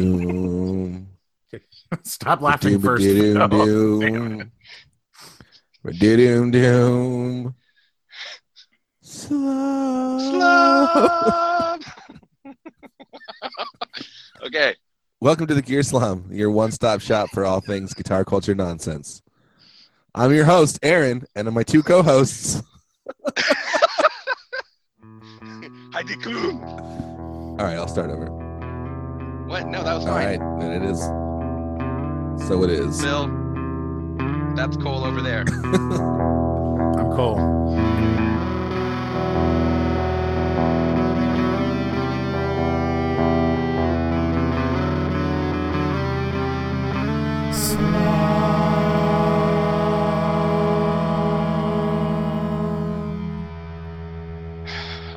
Doom. Stop laughing first. Oh, Doom, though. doom. Doom, doom. Slow. Slum. okay. Welcome to the Gear Slum, your one stop shop for all things guitar culture nonsense. I'm your host, Aaron, and my two co hosts. Heidi Klum. All right, I'll start over. What? No, that was All mine. right, then it is. So it is. Bill, that's Cole over there. I'm Cole.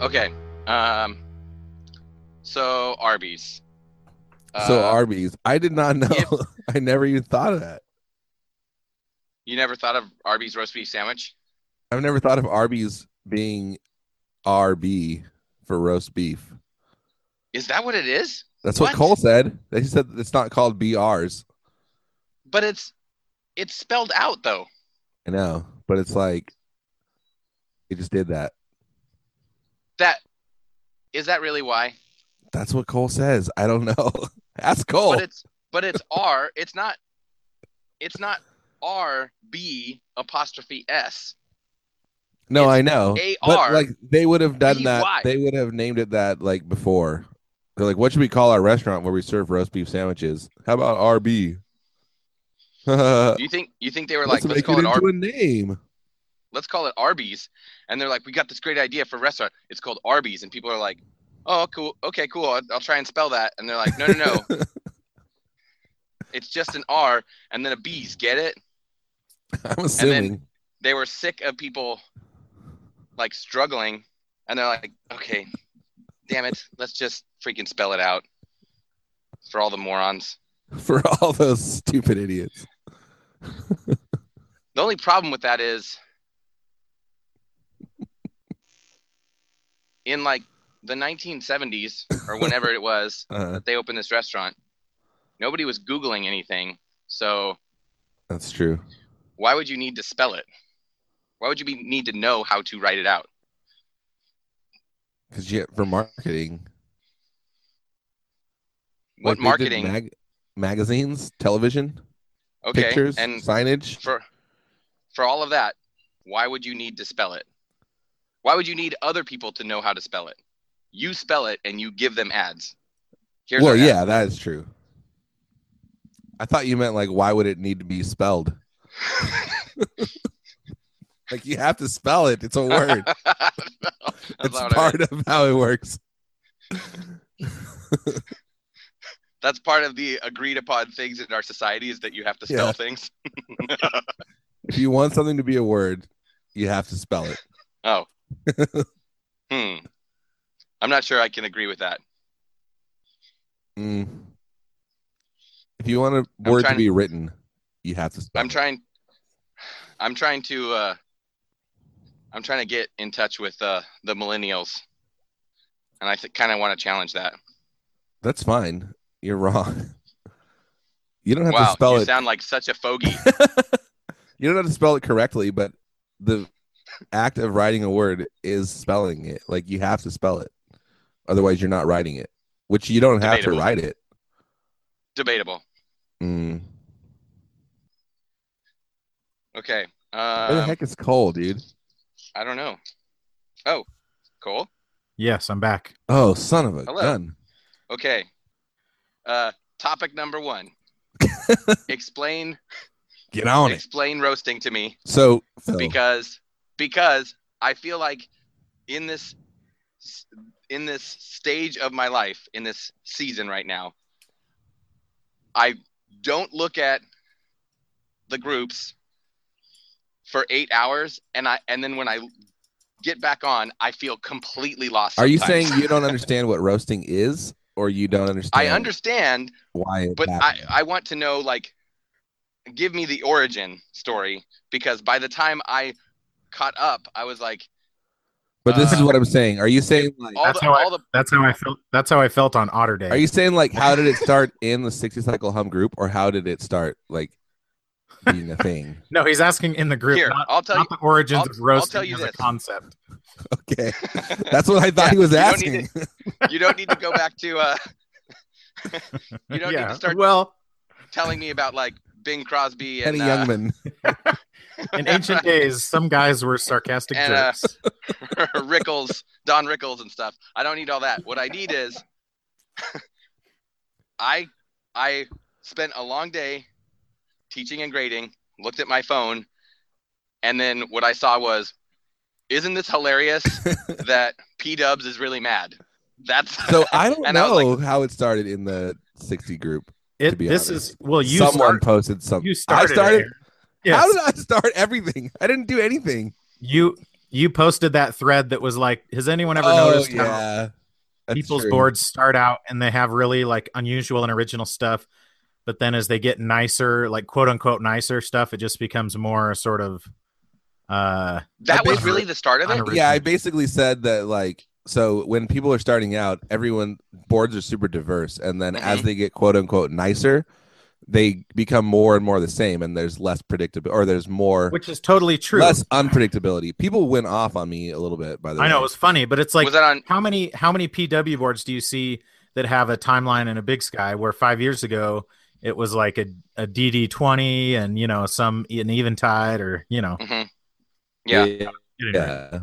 Okay. Um. So Arby's. so Uh, Arby's. I did not know. if- I never even thought of that. you never thought of Arby's roast beef sandwich? I've never thought of Arby's being RB for roast beef. Is that what it is? That's what, What? Cole said. They said it's not called BRs. But it's it's spelled out though. I know, but it's like they just did that. That is that really why? That's what Cole says. I don't know. Ask Cole. But it's but it's R. It's not. It's not R B apostrophe S. no, I know. But AR. like they would have done BY. that. They would have named it that like before. They're like, what should we call our restaurant where we serve roast beef sandwiches? How about RB? You think you think they were like Uh, let's let's, make it call it into Ar- a name. let's call it Arby's, and they're like we got this great idea for a restaurant. It's called Arby's, and people are like, oh cool, okay cool, I'll, I'll try and spell that, and they're like no no no, it's just an R and then a B's. Get it? I'm assuming. They were sick of people like struggling, and they're like okay, damn it, let's just freaking spell it out for all the morons. for all those stupid idiots. The only problem with that is in like the 1970s or whenever it was Uh, that they opened this restaurant, nobody was Googling anything. So that's true. why would you need to spell it? Why would you be, need to know how to write it out? Because you for marketing, What like they did marketing? mag- magazines, television, okay. pictures, And signage. for for all of that, why would you need to spell it? Why would you need other people to know how to spell it? You spell it and you give them ads. Here's Well, our ad. yeah, that is true. I thought you meant like, why would it need to be spelled? like you have to spell it. It's a word. No, that's, it's not what I meant. part of how it works. That's part of the agreed upon things in our society is that you have to spell Yeah. things. If you want something to be a word, you have to spell it. Oh. hmm. I'm not sure I can agree with that. Mm. If you want a I'm word to trying be written, you have to spell. I'm it. trying I'm trying to uh I'm trying to get in touch with uh the millennials. And I th- kind of want to challenge that. That's fine. You're wrong. You don't have to Wow, spell you it. sound like such a fogey. you don't have to spell it correctly, but the act of writing a word is spelling it. Like you have to spell it. Otherwise, you're not writing it, which you don't have Debatable. to write it. Debatable. Mm. Okay. Where the Um, heck is Cole, dude? I don't know. Oh, Cole. Yes, I'm back. Oh, son of a Hello. gun. Okay. Uh, topic number one. explain Get on it. Oh. explain roasting to me So, Phil, because because I feel like in this in this stage of my life in this season right now, I don't look at the groups for eight hours, and I and then when I get back on, I feel completely lost. are you sometimes. saying you don't understand what roasting is, or you don't understand? I understand why it. but I, happened? I want to know like give me the origin story because by the time i caught up i was like But this is what I'm saying. Are you saying like All That's the, how I- all the That's how I felt. That's how I felt on Otter Day. are you saying like how did it start in the 60 cycle hum group or how did it start like being a thing? no, he's asking in the group, here. not, I'll tell you. not the origins I'll- of I'll roasting tell you as this. a concept. Okay. That's what I thought he was you don't need asking. you don't need to go back to uh You don't need to start- Well, telling me about like Bing Crosby and Penny uh, Youngman. in ancient days, some guys were sarcastic And, uh, jerks. Rickles, Don Rickles and stuff. I don't need all that. What I need is I I spent a long day teaching and grading, looked at my phone, and then what I saw was isn't this hilarious that P Dubs is really mad? That's So I don't And I know was how it started in the 60 group. It- to be this honest. is well, you Someone start, posted something. you started. I started. it. Yes. How did I start everything? I didn't do anything. you you posted that thread that was like, has anyone ever Oh, noticed how yeah. That's people's true. boards start out and they have really like unusual and original stuff but then as they get nicer like quote unquote nicer stuff it just becomes more sort of uh that was basically- really the start of it. Unoriginal. Yeah, I basically said that like so when people are starting out, everyone boards are super diverse, and then Mm-hmm. as they get quote unquote nicer, they become more and more the same, and there's less predictable or there's more which is totally true less unpredictability. People went off on me a little bit by the way. i know it was funny but it's like was that on how many how many pw boards do you see that have a timeline and a big sky where five years ago it was like a, a dd20 and you know some an eventide or you know hmm Yeah. Yeah.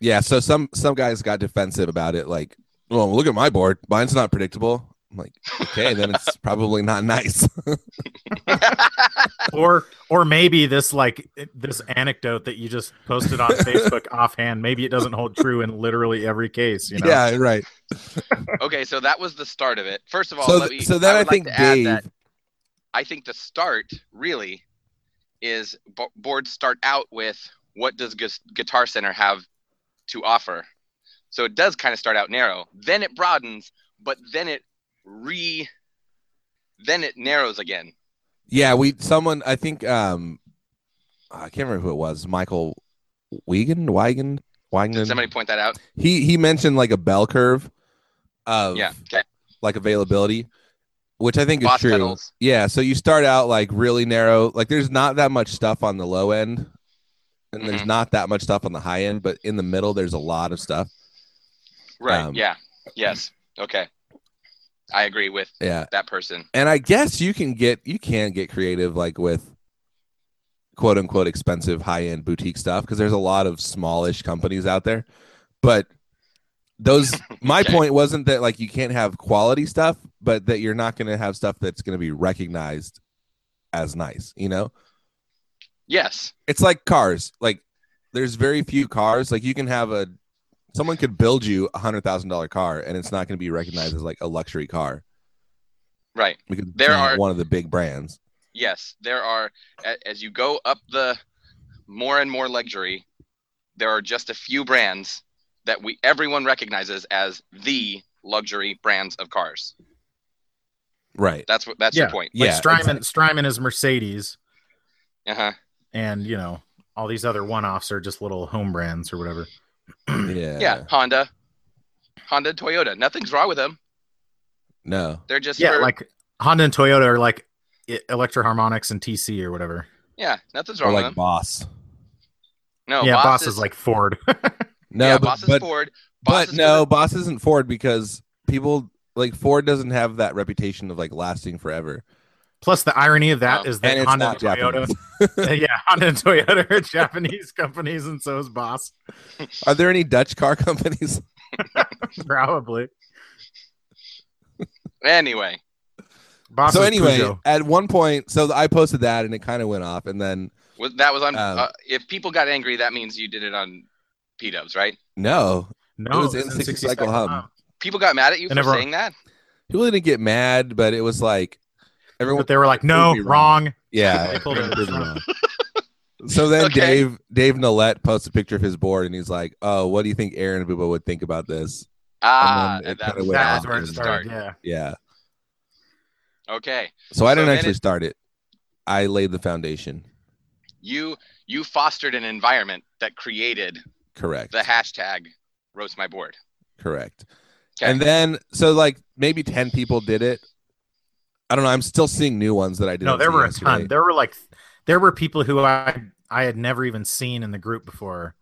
Yeah. So some some guys got defensive about it, like, well, look at my board. Mine's not predictable. I'm like, okay, then it's probably not nice. or or maybe this like this anecdote that you just posted on Facebook offhand, maybe it doesn't hold true in literally every case. You know, Yeah, right. okay, so that was the start of it. First of all, so let th- me, so then I, would like think to add Dave that I think the start really is bo- boards start out with what does Gus Guitar Center have to offer. So it does kind of start out narrow. Then it broadens, but then it re then it narrows again. Yeah, we someone I think um I can't remember who it was, Michael Wiegand, Wiegand, Did somebody Wiegand. point that out? He he mentioned like a bell curve of Yeah. Okay. like availability, which I think is Boss true. pedals. Yeah, so you start out like really narrow, like there's not that much stuff on the low end and there's Mhm. not that much stuff on the high end, but in the middle there's a lot of stuff. Right. Um, yeah. Yes. Okay. I agree with Yeah. that person. and I guess you can get you can get creative like with quote unquote expensive high end boutique stuff because there's a lot of smallish companies out there. But those my Okay. point wasn't that like you can't have quality stuff, but that you're not going to have stuff that's going to be recognized as nice. You know, Yes. it's like cars. Like there's very few cars. Like you can have a someone could build you a hundred thousand dollar car and it's not going to be recognized as like a luxury car Right. because it's There not are- one of the big brands. yes, there are a- as you go up the more and more luxury, there are just a few brands that we everyone recognizes as the luxury brands of cars. Right. That's what that's your point. like Yeah, Strymon, Strymon is Mercedes, Uh-huh. and you know all these other one-offs are just little home brands or whatever. Yeah. Yeah. Honda, Honda, Toyota. Nothing's wrong with them. No. They're just yeah, for- like Honda and Toyota are like e- Electro Harmonics and TC or whatever. yeah, nothing's Or wrong with like them. boss. No, yeah, Boss, is, like Ford. No, yeah, but, Boss is but, Ford. Boss but is no, Ford. boss isn't Ford because people like Ford doesn't have that reputation of like lasting forever. Plus, the irony of that Oh, is that and it's Honda not and Toyota, yeah, Honda and Toyota are Japanese companies, and so is Boss, Are there any Dutch car companies? probably. Anyway, Boss so is anyway, Peugeot. at one point, so I posted that and it kind of went off, and then was- that was on. Um, uh, if people got angry, that means you did it on P Dubs, right? no, No, It was in 60 cycle hum. Um, People got mad at you And for everyone- saying that. people didn't get mad, but it was like everyone, But they were like, no, Prove me wrong. wrong. yeah. They pulled everyone it. proved me wrong. So then Okay. Dave Dave Nalette posts a picture of his board and he's like, "Oh, what do you think Aaron Buba would think about this?" Ah, And then it that kinda was, went That off was where it and- started. Yeah. Yeah. Okay, So I So didn't then actually it- start it. I laid the foundation. you you fostered an environment that created Correct. the hashtag roast my board. Correct. Okay. And then so like maybe 10 people did it. I don't know. I'm still seeing new ones that I didn't. no, there see were a yesterday. ton. There were like, there were people who I I had never even seen in the group before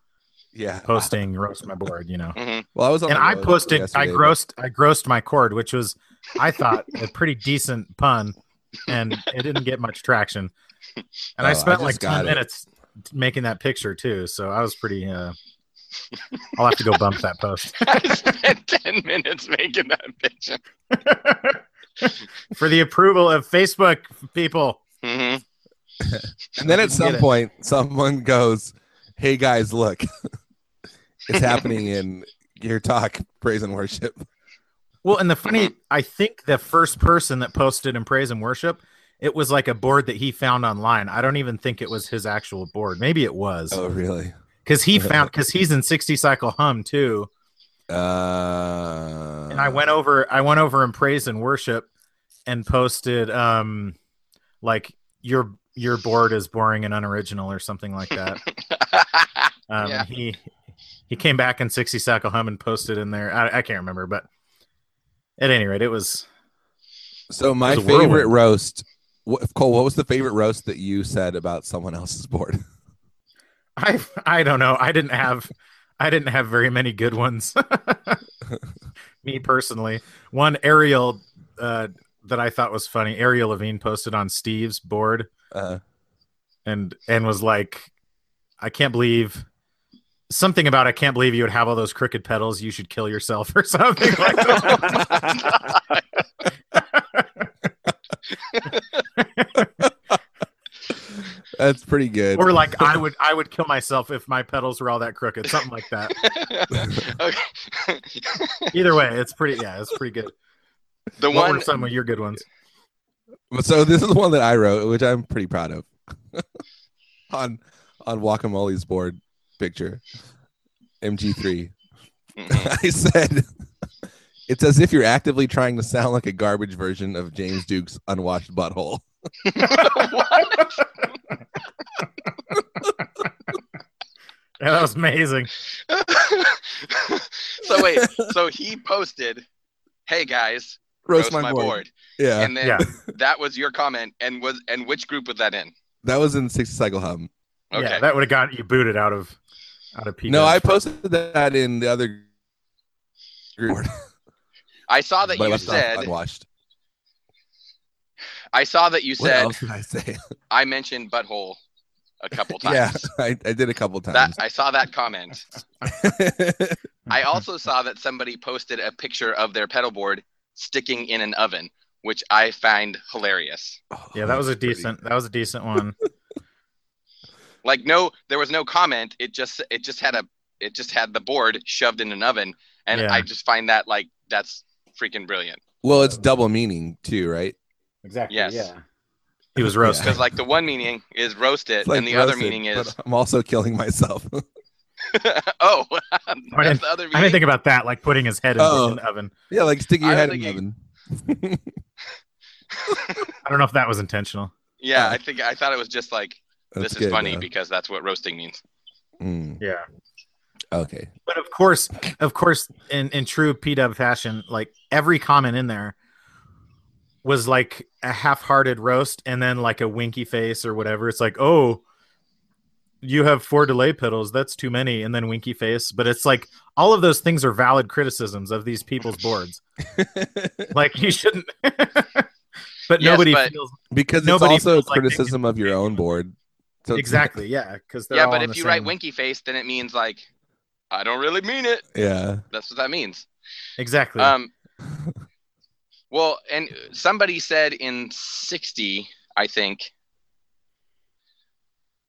Yeah. posting roast my board. You know, hmm Well, I was on and the I road posted, I yesterday, but- grossed, I grossed my cord, which was, I thought, a pretty decent pun, and it didn't get much traction. And Oh, I I spent just like ten got it. minutes making that picture too, so I was pretty. uh I'll have to go bump that post I spent 10 minutes making that picture. for the approval of Facebook people. hmm And then at Get some it. point, someone goes, "Hey guys, look, it's happening in Gear Talk Praise and Worship." Well, and the funny, I think the first person that posted in praise and worship, it was like a board that he found online. I don't even think it was his actual board. Maybe it was Oh, really? because he found because he's in sixty cycle hum too. Uh, And I went over, I went over in praise and worship, and posted um, like your your board is boring and unoriginal or something like that. Um, Yeah. and he he came back in sixty cycle hum and posted in there. I, I can't remember, but at any rate, it was So my It was a whirlwind. favorite roast. What, Cole, what was the favorite roast that you said about someone else's board? I I don't know. I didn't have I didn't have very many good ones. Me personally, one Ariel uh, that I thought was funny. Ariel Levine posted on Steve's board Uh, and and was like, "I can't believe." Something about I can't believe you would have all those crooked pedals. You should kill yourself or something like that. that's pretty good. or like I would I would kill myself if my pedals were all that crooked. Something like that. okay. Either way, it's pretty. Yeah, it's pretty good. the What one were some of your good ones? So this is the one that I wrote, which I'm pretty proud of. on on Guacamole's board picture, MG3. Mhm. I said, it's as if you're actively trying to sound like a garbage version of James Duke's unwashed butthole. What? Yeah, that was amazing. Mm-hmm. so wait, so he posted, "Hey guys, roast, my, board,", Yeah. and then Yeah. that was your comment, and was and which group was that in? that was in 60 Cycle Hum. Okay, Yeah, that would have gotten you booted out of out of P. No, I posted that in the other group. I saw that but I you left it said. unwashed. I saw that you What said else did I say? I mentioned butthole a couple times. yeah, I, I did a couple That times. I saw that comment. I also saw that somebody posted a picture of their pedal board sticking in an oven, which I find hilarious. Yeah, that was a Oh, Pretty- decent. That was a decent one. Like no, there was no comment. It just it just had a it just had the board shoved in an oven, and Yeah. I just find that like that's freaking brilliant. Well, it's double meaning too, right? Exactly. Yes. yeah. He was roasted. Because like the one meaning is roast it, It's like and the other roasted, meaning is but I'm also killing myself. oh, that's didn't- the other I meaning. didn't think about that. Like putting his head in, Oh. in the oven. yeah, like sticking your I head was in the thinking- oven. I don't know if that was intentional. uh, yeah, I think I thought it was just like That's this is good, funny though. because that's what roasting means. Mm, Yeah. okay. But of course, of course, in in true P Dub fashion, like every comment in there was like a half-hearted roast, and then like a winky face or whatever. It's like, oh, you have four delay pedals. That's too many, and then winky face. But it's like all of those things are valid criticisms of these people's boards. like you shouldn't. but Yes, nobody but- feels because it's Nobody also a feels like they can criticism of your own board. So it's- exactly. Yeah, because yeah, but if you write winky face, then it means like I don't really mean it. Yeah. That's what that means. exactly. Um, well, and somebody said in sixty, I think.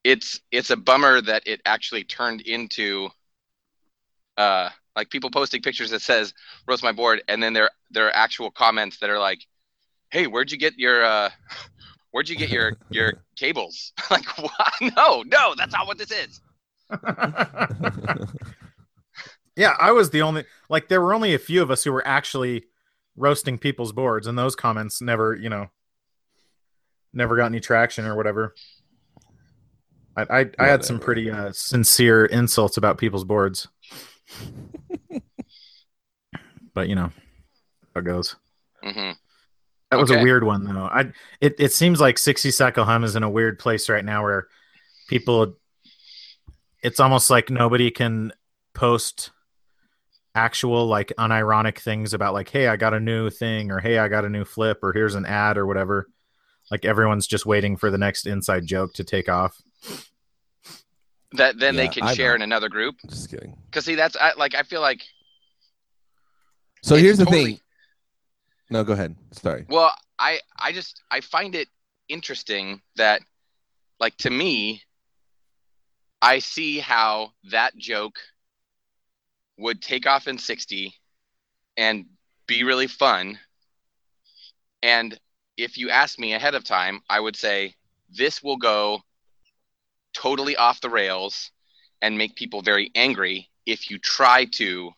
It's it's a bummer that it actually turned into, uh, like people posting pictures that says "roast my board," and then there there are actual comments that are like, "Hey, where'd you get your uh, where'd you get your your cables?" like, what? no, no, that's not what this is. Um, Yeah, I was the only like there were only a few of us who were actually roasting people's boards and those comments never, you know, never got any traction or whatever. I I, I had some pretty uh, sincere insults about people's boards, but you know, how it goes. hmm That was Okay. a weird one though. I it, it seems like 60 cycle hum is in a weird place right now where people it's almost like nobody can post actual like unironic things about like hey I got a new thing or hey I got a new flip or here's an ad or whatever. Like everyone's just waiting for the next inside joke to take off. That then they Yeah, can I share know. in another group. Just kidding. Cause see, that's I, like I feel like. So it's here's the totally- thing. No, go ahead. Sorry. Well, I I just I find it interesting that, like to me, I see how that joke would take off in sixty, and be really fun. And if you asked me ahead of time, I would say this will go totally off the rails and make people very angry if you try to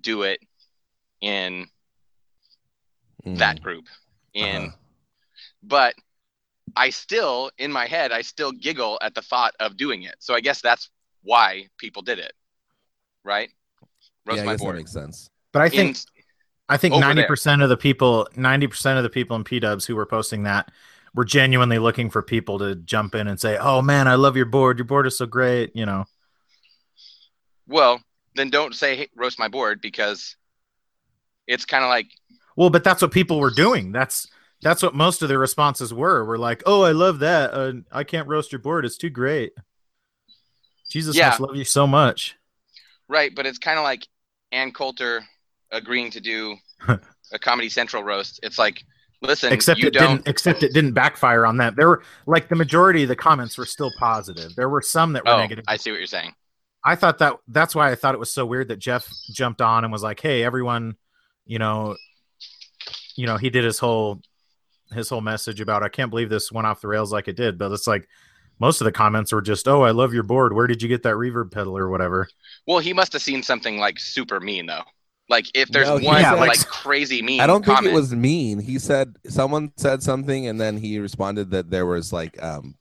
do it in Mm, that group in uh-huh. but i still in my head i still giggle at the thought of doing it so i guess that's why people did it right roast yeah, I my guess that board makes sense. But I In- think I think over ninety there. percent of the people, ninety percent of the people in P Dubs who were posting that were genuinely looking for people to jump in and say, "Oh man, I love your board. Your board is so great." You know, well then don't say hey, roast my board because it's kind of like well, but that's what people were doing. That's that's what most of their responses were. Were like, "Oh, I love that. Uh, I can't roast your board. It's too great." Jesus, Yeah. must love you so much. right but it's kind of like ann coulter agreeing to do a comedy central roast it's like listen except you it don't didn't. Except it didn't backfire on that. There were like the majority of the comments were still positive. There were some that were oh negative. i see what you're saying I thought that that's why I thought it was so weird that Jeff jumped on and was like, "Hey, everyone, you know, you know, he did his whole his whole message about I can't believe this went off the rails like it did." But it's like most of the comments were just, "Oh, I love your board. Where did you get that reverb pedal or whatever?" well he must have seen something like super mean though like if there's No, he one said- like, crazy mean I don't think comment, it was mean. He said someone said something, and then he responded that there was like um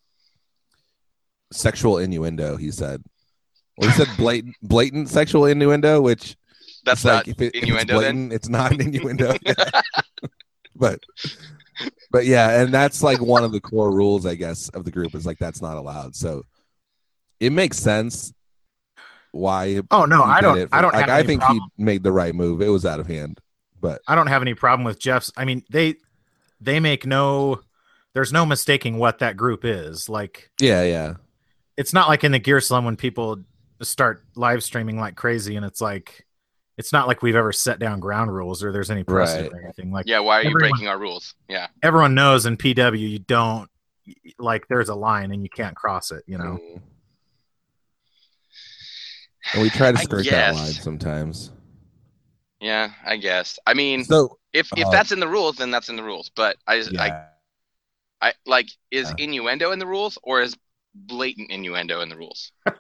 sexual innuendo. He said, or he said blatant blatant sexual innuendo, which That's it's like not if it- if innuendo it's then? blatant, it's not an innuendo. but but yeah, and that's like one of the core rules, I guess, of the group is like that's not allowed. So it makes sense why Oh no, he I did don't. it. I don't. like have I any think problem. he made the right move. It was out of hand. But I don't have any problem with Jeff's. I mean, they they make no. There's no mistaking what that group is like. yeah, yeah. it's not like in the gear slum when people start live streaming like crazy and it's like it's not like we've ever set down ground rules or there's any precedent or anything like yeah why are you everyone- breaking our rules yeah everyone knows in pw you don't like there's a line and you can't cross it you know Mm. And we try to I skirt that guess. line sometimes. yeah i guess i mean So if if uh, that's in the rules then that's in the rules but i I, yeah, I like is Yeah. innuendo in the rules or is blatant innuendo in the rules no.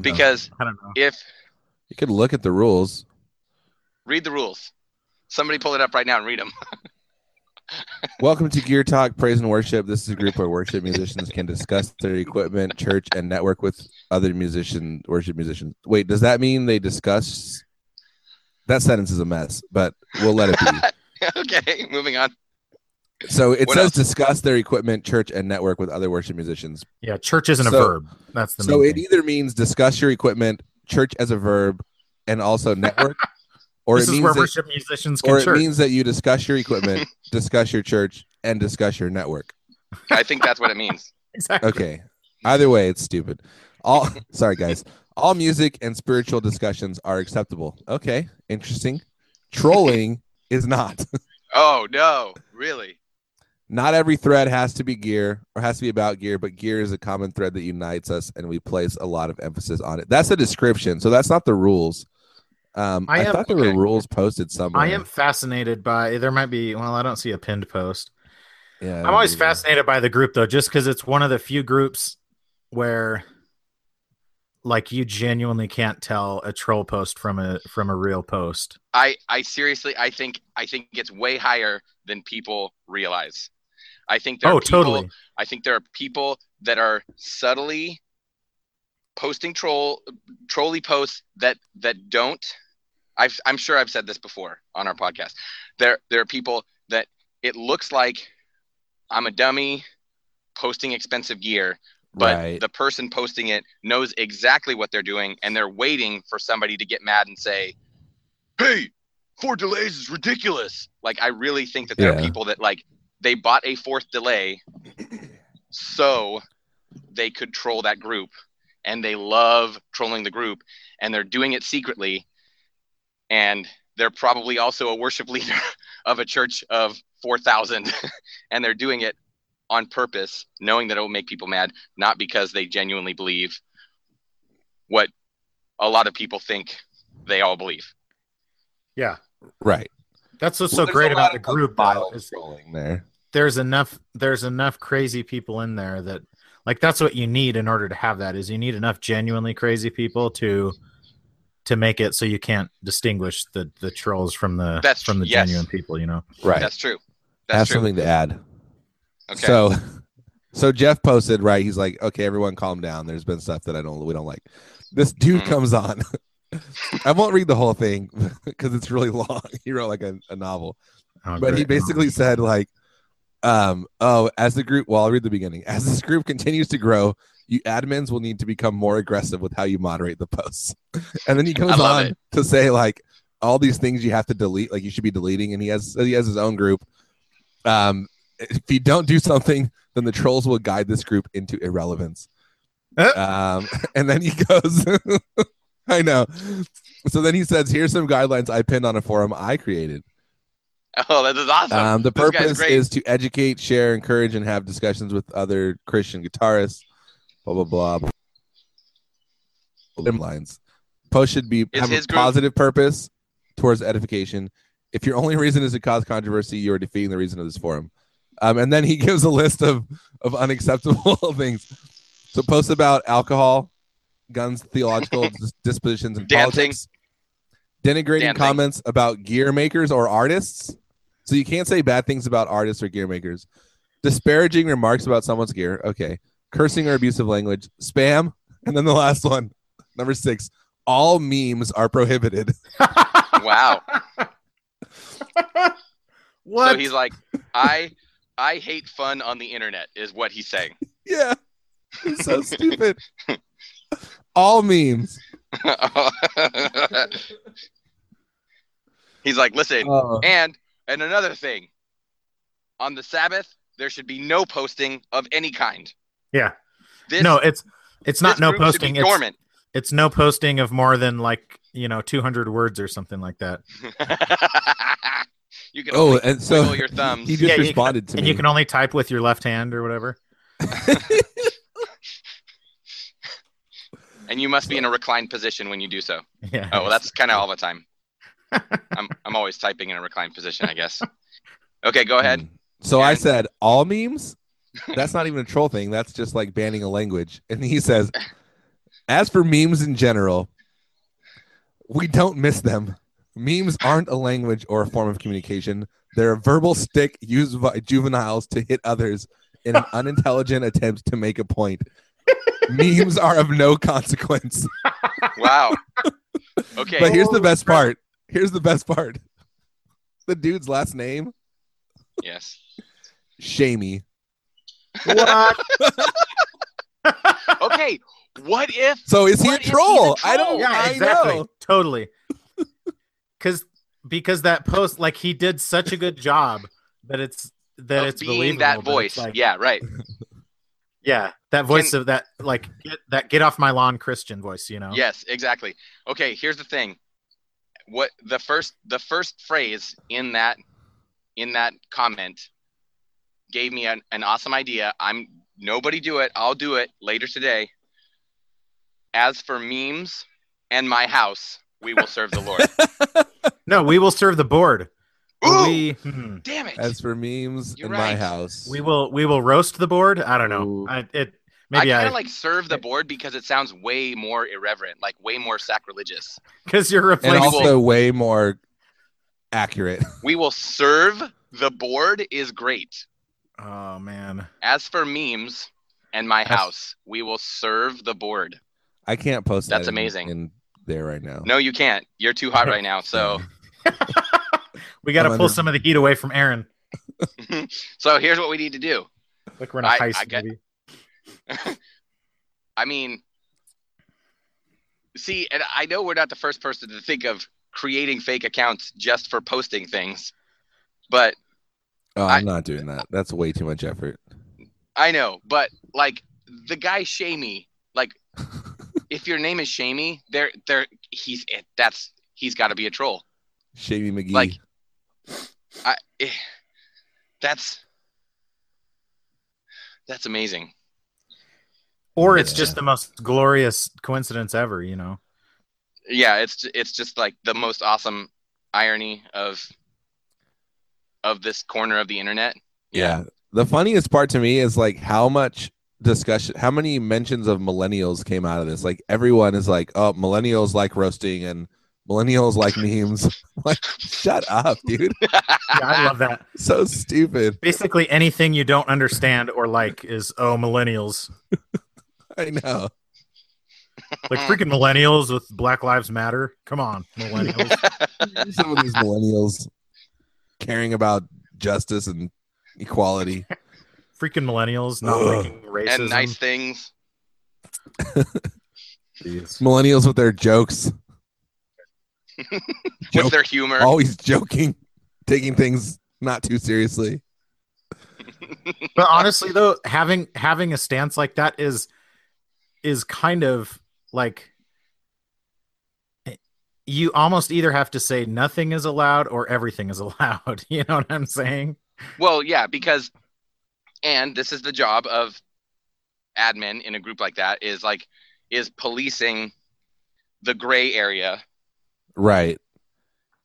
because i don't know if you could look at the rules. read the rules somebody pull it up right now and read them Welcome to Gear Talk Praise and Worship. This is a group where worship musicians can discuss their equipment, church, and network with other musician worship musicians. Wait, does that mean they discuss? That sentence is a mess, but we'll let it be. okay moving on So it What says else? discuss their equipment, church, and network with other worship musicians. yeah church isn't a So- verb that's the So it main e-, thing. either means discuss your equipment, church as a verb, and also network, or this it is means where that, worship musicians or can it church means that you discuss your equipment, discuss your church, and discuss your network. i think that's what it means exactly Okay. Either way, it's stupid. All sorry guys. All music and spiritual discussions are acceptable. Okay, interesting. Trolling is not. oh no really Not every thread has to be gear or has to be about gear, but gear is a common thread that unites us, and we place a lot of emphasis on it. That's the description, so that's not the rules. Um, I, I am- thought there okay. were rules posted somewhere. i am fascinated by there might be well i don't see a pinned post Yeah, I'm always maybe. fascinated by the group though, just because it's one of the few groups where like you genuinely can't tell a troll post from a from a real post. I I seriously I think I think it's way higher than people realize. I think there Oh, are people, totally. I think there are people that are subtly posting troll trolley posts that that don't I've, i'm sure i've said this before on our podcast there there are people that it looks like i'm a dummy posting expensive gear but right. the person posting it knows exactly what they're doing and they're waiting for somebody to get mad and say hey four delays is ridiculous like i really think that there are Yeah. people that like they bought a fourth delay so they could troll that group and they love trolling the group and they're doing it secretly and they're probably also a worship leader of a church of 4000 and they're doing it on purpose knowing that it will make people mad not because they genuinely believe what a lot of people think they all believe Yeah, right. that's what's so great about the group. Though, is trolling there. there's enough there's enough crazy people in there that like that's what you need in order to have that is you need enough genuinely crazy people to to make it so you can't distinguish the the trolls from the That's- from the yes. genuine people. You know. Right. that's true that's Have true something to add. okay So, so Jeff posted right. He's like, "Okay, everyone, calm down. There's been stuff that I don't we don't like." This dude Mhm. comes on. I won't read the whole thing because it's really long. He wrote like a, a novel, Oh, but he great. basically said like, um, "Oh, as the group." Well, I'll read the beginning. As this group continues to grow, you admins will need to become more aggressive with how you moderate the posts. And then he goes love on to say like all these things you have to delete, like you should be deleting. And he has he has his own group. Um, if you don't do something, then the trolls will guide this group into irrelevance. Um, and then he goes, I know. So then he says, "Here's some guidelines I pinned on a forum I created. oh that is awesome Um, the This guy's purpose great. is to educate, share, encourage, and have discussions with other Christian guitarists. Blah blah blah. blah. Bottom Lines. Post should be Is have a his group- positive purpose towards edification. If your only reason is to cause controversy, you are defeating the reason of this forum. Um, and then he gives a list of of unacceptable things. So post about alcohol, guns, theological dis- dispositions, and Dancing. politics. Denigrating Dancing. comments about gear makers or artists. So you can't say bad things about artists or gear makers. Disparaging remarks about someone's gear. Okay. Cursing or abusive language. Spam. And then the last one, number six. All memes are prohibited. uh, wow what? So he's like, I I hate fun on the internet is what he's saying. yeah. It's so stupid. All memes. he's like, listen, Oh, and and another thing. On the Sabbath, there should be no posting of any kind. Yeah. This no, it's it's not this no group should be posting. It's, dormant. it's no posting of more than like you know 200 words or something like that. you can oh only and so wiggle your thumbs. he just Yeah, you can- responded to and me. you can only type with your left hand or whatever. and you must be in a reclined position when you do so. Yeah. Oh, well, that's kind of all the time. I'm I'm always typing in a reclined position, I guess. Okay, go ahead. Mm. So I And- said all memes. That's not even a troll thing. That's just like banning a language. And he says, as for memes in general, we don't miss them. Memes aren't a language or a form of communication. They're a verbal stick used by juveniles to hit others in an unintelligent attempt to make a point. Memes are of no consequence. Hmm. Wow. Okay. But here's the Holy best crap. part. Here's the best part. The dude's last name, Yes. Shamey. What? Okay. What if? So is he a What if he's a troll? I don't. troll? yeah, I exactly. know. Totally. Cuz because that post like he did such a good job that it's that of it's being believable, that but voice. it's like- yeah. Right. Yeah, that voice of that like get, that get off my lawn Christian voice, you know. Yes. Exactly. Okay. Here's the thing. What the first the first phrase in that in that comment gave me an, an awesome idea. I'm nobody do it. I'll do it later today. As for memes and my house, we will serve the Lord. No, we will serve the board. Ooh, We hmm, damn it! As for memes You're in my right. house, we will we will roast the board. I don't know. Ooh. I, it maybe I I kind of like serve the board because it sounds way more irreverent, like way more sacrilegious. because you're and replacing. also way more accurate. We will serve the board is great. oh man, As for memes and my That's- house. We will serve the board. I can't post That's that in- amazing. in there right Oh. now. No, you can't. You're too hot right now. So, We got to I'm pull under- some of the heat away from Aaron. so here's what we need to do. Like we're in a I- heist I get- movie. I mean, see, and I know we're not the first person to think of creating fake accounts just for posting things, but Oh, I'm not doing that. That's way too much effort. I know, but like the guy Shamey, like if your name is Shamey, there, there, he's eh, that's he's got to be a troll. Shamey McGee. Like- I, eh, that's that's amazing. Or it's Yeah. just the most glorious coincidence ever, you know. Yeah, it's it's just like the most awesome irony of of this corner of the internet. yeah. The funniest part to me is like how much discussion, how many mentions of millennials came out of this. Like everyone is like, oh, millennials like roasting and millennials like memes. like, shut up, dude. Yeah, I love that. So stupid. Basically, anything you don't understand or like is oh millennials, I know. like Mm. freaking millennials with Black Lives Matter. Come on, millennials. Some of these millennials caring about justice and equality. freaking millennials not Ugh. liking racism. and nice things. Jeez. Millennials with their jokes, Joke. with their humor. always joking, taking things not too seriously. but honestly though having having a stance like that is is kind of like you almost either have to say nothing is allowed or everything is allowed you know what i'm saying Well, yeah, because and this is the job of admin in a group like that is like is policing the gray area, Right. And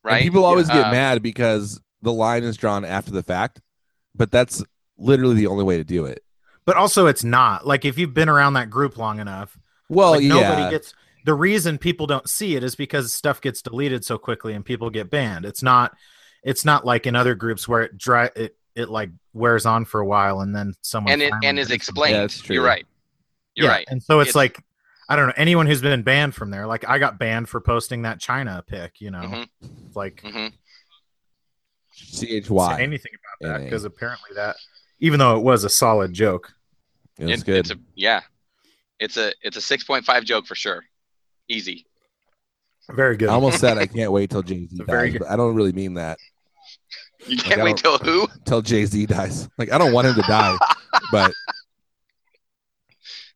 right? people always get Uh, mad because the line is drawn after the fact, but that's literally the only way to do it. but also it's not like if you've been around that group long enough Well, Oh, like, yeah. nobody gets the reason people don't see it is because stuff gets deleted so quickly and people get banned it's not it's not like in other groups where it dry it it like wears on for a while and then someone and it finally and does is something. explained. Yeah, that's true. You're right. You're right. And so it's, It's- like, I don't know, anyone who's been banned from there, like I got banned for posting that China pic, you know, Mhm. like hmm C H say Y. anything about that NA. because apparently that, even though it was a solid joke, It's It- good. It's a, yeah, it's a it's a six point five joke for sure. Easy. very good. I almost said I can't wait till Jay Z It's a dies, very good- but I don't really mean that. You Like, can't I wait till who? Till Jay Z dies. Like I don't want him to die, but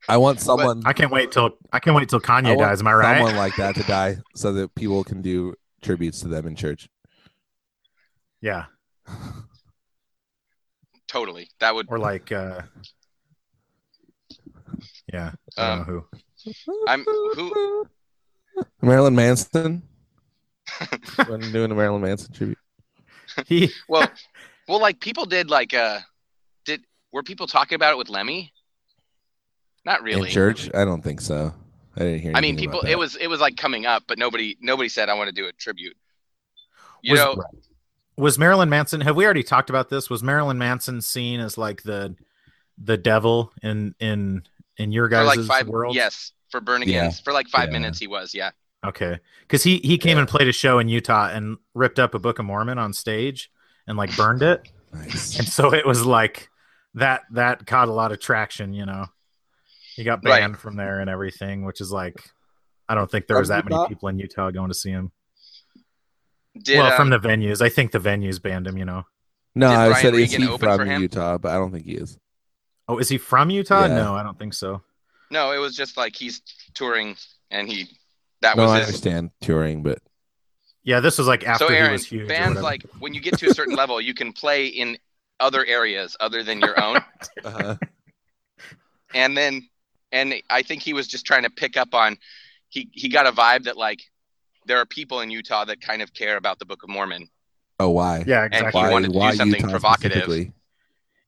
I want someone. I can't wait till I can't wait till I Kanye want dies. Am I right? Someone like that to die, so that people can do tributes to them in church. Yeah, Totally. That would. or like, uh yeah, I don't uh, Um, know who. I'm who? Marilyn Manson. when doing a Marilyn Manson tribute. He Well, well, like people did like uh, did were people talking about it with Lemmy? Not really. in church? I don't think so. I didn't hear. I mean, anything about people. that. It was it was like coming up, but nobody nobody said I want to do a tribute. You Was- know, was Marilyn Manson. Have we already talked about this? Was Marilyn Manson seen as like the the devil in in in your for guys' like five world? yes for burn Yeah. agains for like five Yeah. minutes he was yeah Okay, because he he came and played a show in Utah and ripped up a Book of Mormon on stage and like burned it, Nice. and so it was like that that caught a lot of traction. You know, he got Right. banned from there and everything, which is like I don't think there was that many Utah? people in Utah going to see him. did well, uh, from the venues, I think the venues banned him. You know, No, Did I Brian said is Regan he open for from him? Utah, but I don't think he is. oh, is he from Utah? Yeah. No, I don't think so. no it was just like he's touring and he that no, I was his understand touring, but Yeah, this was like after so Aaron, he was huge. or bands whatever. like when you get to a certain level, you can play in other areas other than your own. Uh-huh. uh, And then, and I think he was just trying to pick up on. He he got a vibe that like there are people in Utah that kind of care about the Book of Mormon. oh, why? yeah, he exactly. why, wanted to do why something Utah provocative. specifically?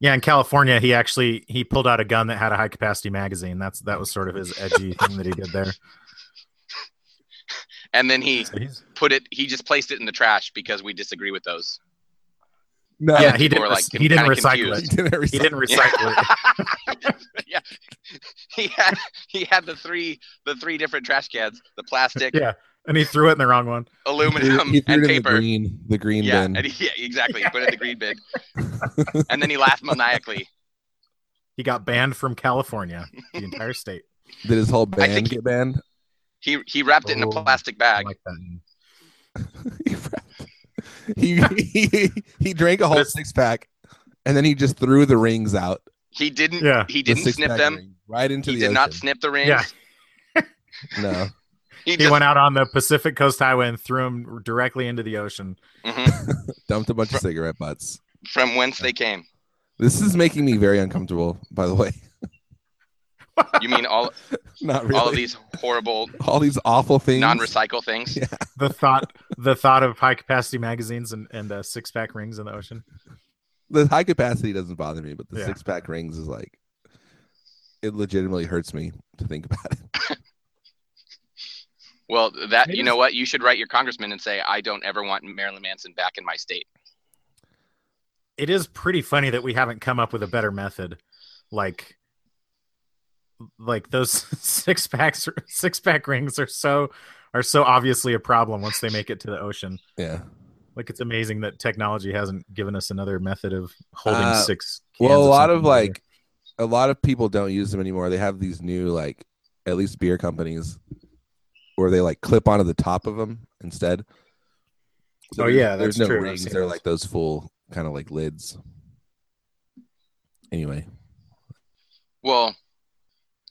Yeah, in California, he actually he pulled out a gun that had a high capacity magazine. That's that was sort of his edgy thing that he did there. And then he So he's- put it. He just placed it in the trash because we disagree with those. No, yeah, he didn't. Or, rec- like, he didn't kinda recycle he confused. it. didn't ever He sign- didn't recycle it. yeah, he had he had the three the three different trash cans: the plastic, Yeah. And he threw it in the wrong one. aluminum, He threw and it in the paper. green, the green yeah, bin. and he- yeah, exactly. He Put it in the green bin, and then he laughed maniacally. He got banned from California, the entire state. Did his whole I band think get banned? He he wrapped it in a Oh, plastic I bag. like that. name. he, he he drank a whole it's- six pack, and then he just threw the rings out. He didn't. Yeah. He the didn't snip six-pack them. ring, right into He did the not ocean. snip the rings. Yeah. No, He He just went out on the Pacific Coast Highway and threw him directly into the ocean. mhm, dumped a bunch of cigarette butts. from whence they came. This is making me very uncomfortable. By the way, You mean all not really. all of these horrible all these awful things. non-recycle things? The thought, the thought of high capacity magazines and, and uh, six pack rings in the ocean. the high capacity doesn't bother me, but the Yeah. six pack rings is like it legitimately hurts me to think about it. Well, that Maybe you know what? You should write your congressman and say, "I don't ever want Marilyn Manson back in my state." It is pretty funny that we haven't come up with a better method. Like, like those six packs, six pack rings are so, are so obviously a problem once they make it to the ocean. Yeah. Like it's amazing that technology hasn't given us another method of holding Uh, six. cans Well, a lot something of together. like a lot of people don't use them anymore. They have these new like at least beer companies where they like clip onto the top of them instead. Oh, there's- yeah, there's that's no true. I've rings. seen They're those. like those full kind of like lids. Anyway, Well,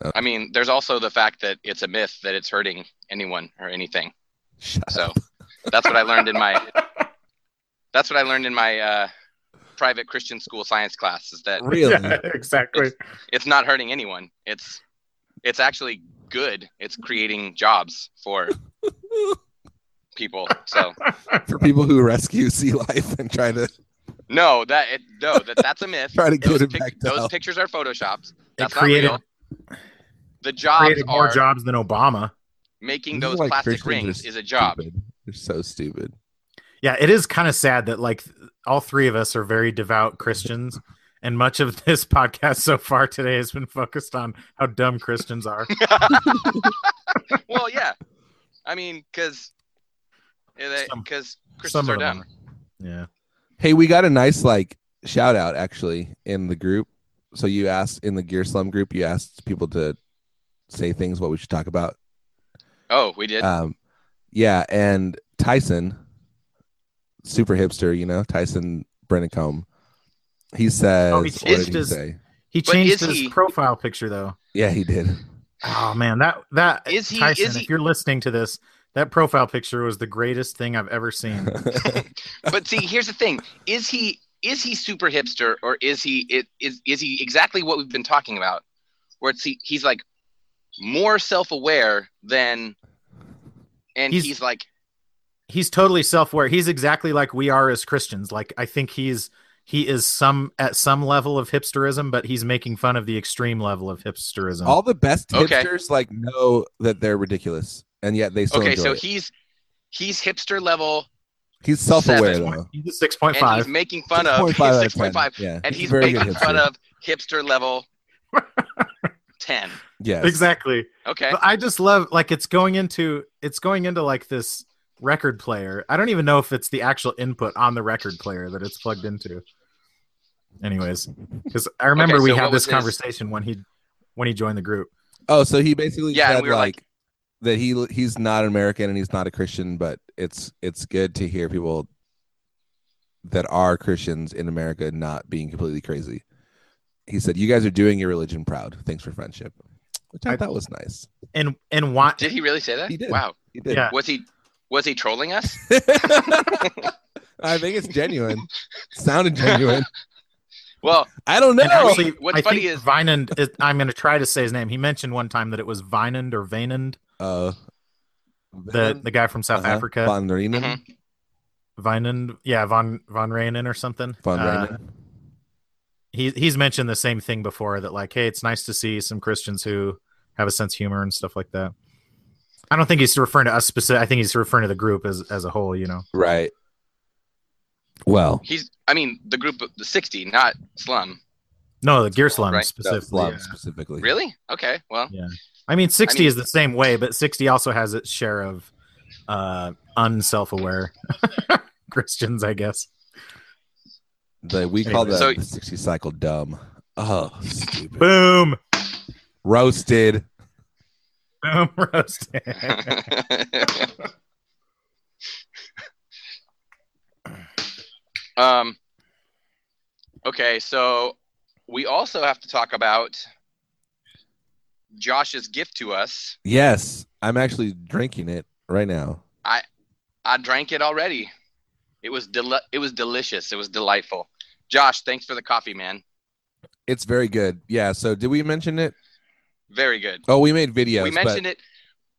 Okay. I mean, there's also the fact that it's a myth that it's hurting anyone or anything. shut So up. that's what I learned in my that's what I learned in my uh, private Christian school science class is that Really? yeah, exactly. it's not hurting anyone. It's it's actually good. It's creating jobs for people. So For people who rescue sea life and try to no, that it, no that that's a myth. try to get Those, it pic- back to those health. pictures are photoshopped. It That's not created, real. The jobs created more are jobs than Obama. making This is those why plastic Christians are rings is a job. Stupid. They're so stupid. Yeah, it is kind of sad that like all three of us are very devout Christians, and much of this podcast so far today has been focused on how dumb Christians are. well, yeah. I mean, because Some- because some Christians of are them dumb. Yeah, Hey, we got a nice like shout out actually in the group. So you asked in the Gear Slum group, you asked people to say things what we should talk about. Oh, we did. Um, yeah, and Tyson, super hipster, you know Tyson Brennicombe. He says, Oh, he what did changed he his- say? he But changed is his he- profile picture though. Yeah, he did. Oh man, that that Is he- Tyson, is he- if you're listening to this, that profile picture was the greatest thing I've ever seen. but see, here's the thing: is he is he super hipster, or is he it is is he exactly what we've been talking about, where it's he, he's like more self aware than, and He's- he's, like he's totally self-aware he's exactly like we are as christians like i think he's he is some at some level of hipsterism but he's making fun of the extreme level of hipsterism All the best Okay. hipsters like know that they're ridiculous, and yet they still okay, enjoy so it. he's he's hipster level, He's self-aware Seven. though. he's a and 6.5 he's making fun of 6.5 out of six 10. point five, Yeah, and a he's very good making fun hipster. of hipster level ten. Yes. exactly Okay, but i just love like it's going into it's going into like this record player i don't even know if it's the actual input on the record player that it's plugged into anyways because i remember Okay, we so had what this was his- conversation when he when he joined the group Oh, so he basically Yeah, and said we were like, like- that he he's not an American and he's not a Christian, but it's it's good to hear people that are Christians in America not being completely crazy. He said, "You guys are doing your religion proud. Thanks for friendship," which I, I- thought was nice. and and why did he really say that? He did. Wow, He did. Yeah. was he was he trolling us? I think it's genuine. Sounded genuine. Well, I don't know. And actually, What's I funny think is- Vinand. Is, I'm going to try to say his name. He mentioned one time that it was Vinand or Vainand, uh, the the guy from South uh-huh, Africa. Von Reenen. Mhm. Vinand, yeah, von von Reinen or something. Von Uh, Reenen. he he's mentioned the same thing before that like, hey, it's nice to see some Christians who have a sense of humor and stuff like that. I don't think he's referring to us specific. I think he's referring to the group as as a whole. You know, Right. Well, He's, I mean, the group, of the 60, not Slum. No, the Gear Slum Right, the specifically. Slum yeah. specifically. Really? Okay. Well, I mean, 60 I mean- is the same way, but 60 also has its share of uh, unself aware Christians, I guess. The, we call the, So- the 60 cycle dumb. Oh, stupid. Boom. Roasted. Boom. Roasted. um, okay, so we also have to talk about Josh's gift to us. Yes, I'm actually drinking it right now. I drank it already. It was del- it was delicious. It was delightful. Josh, thanks for the coffee, man. It's very good. Yeah. So did we mention it? Very good. Oh, we made videos. we mentioned it.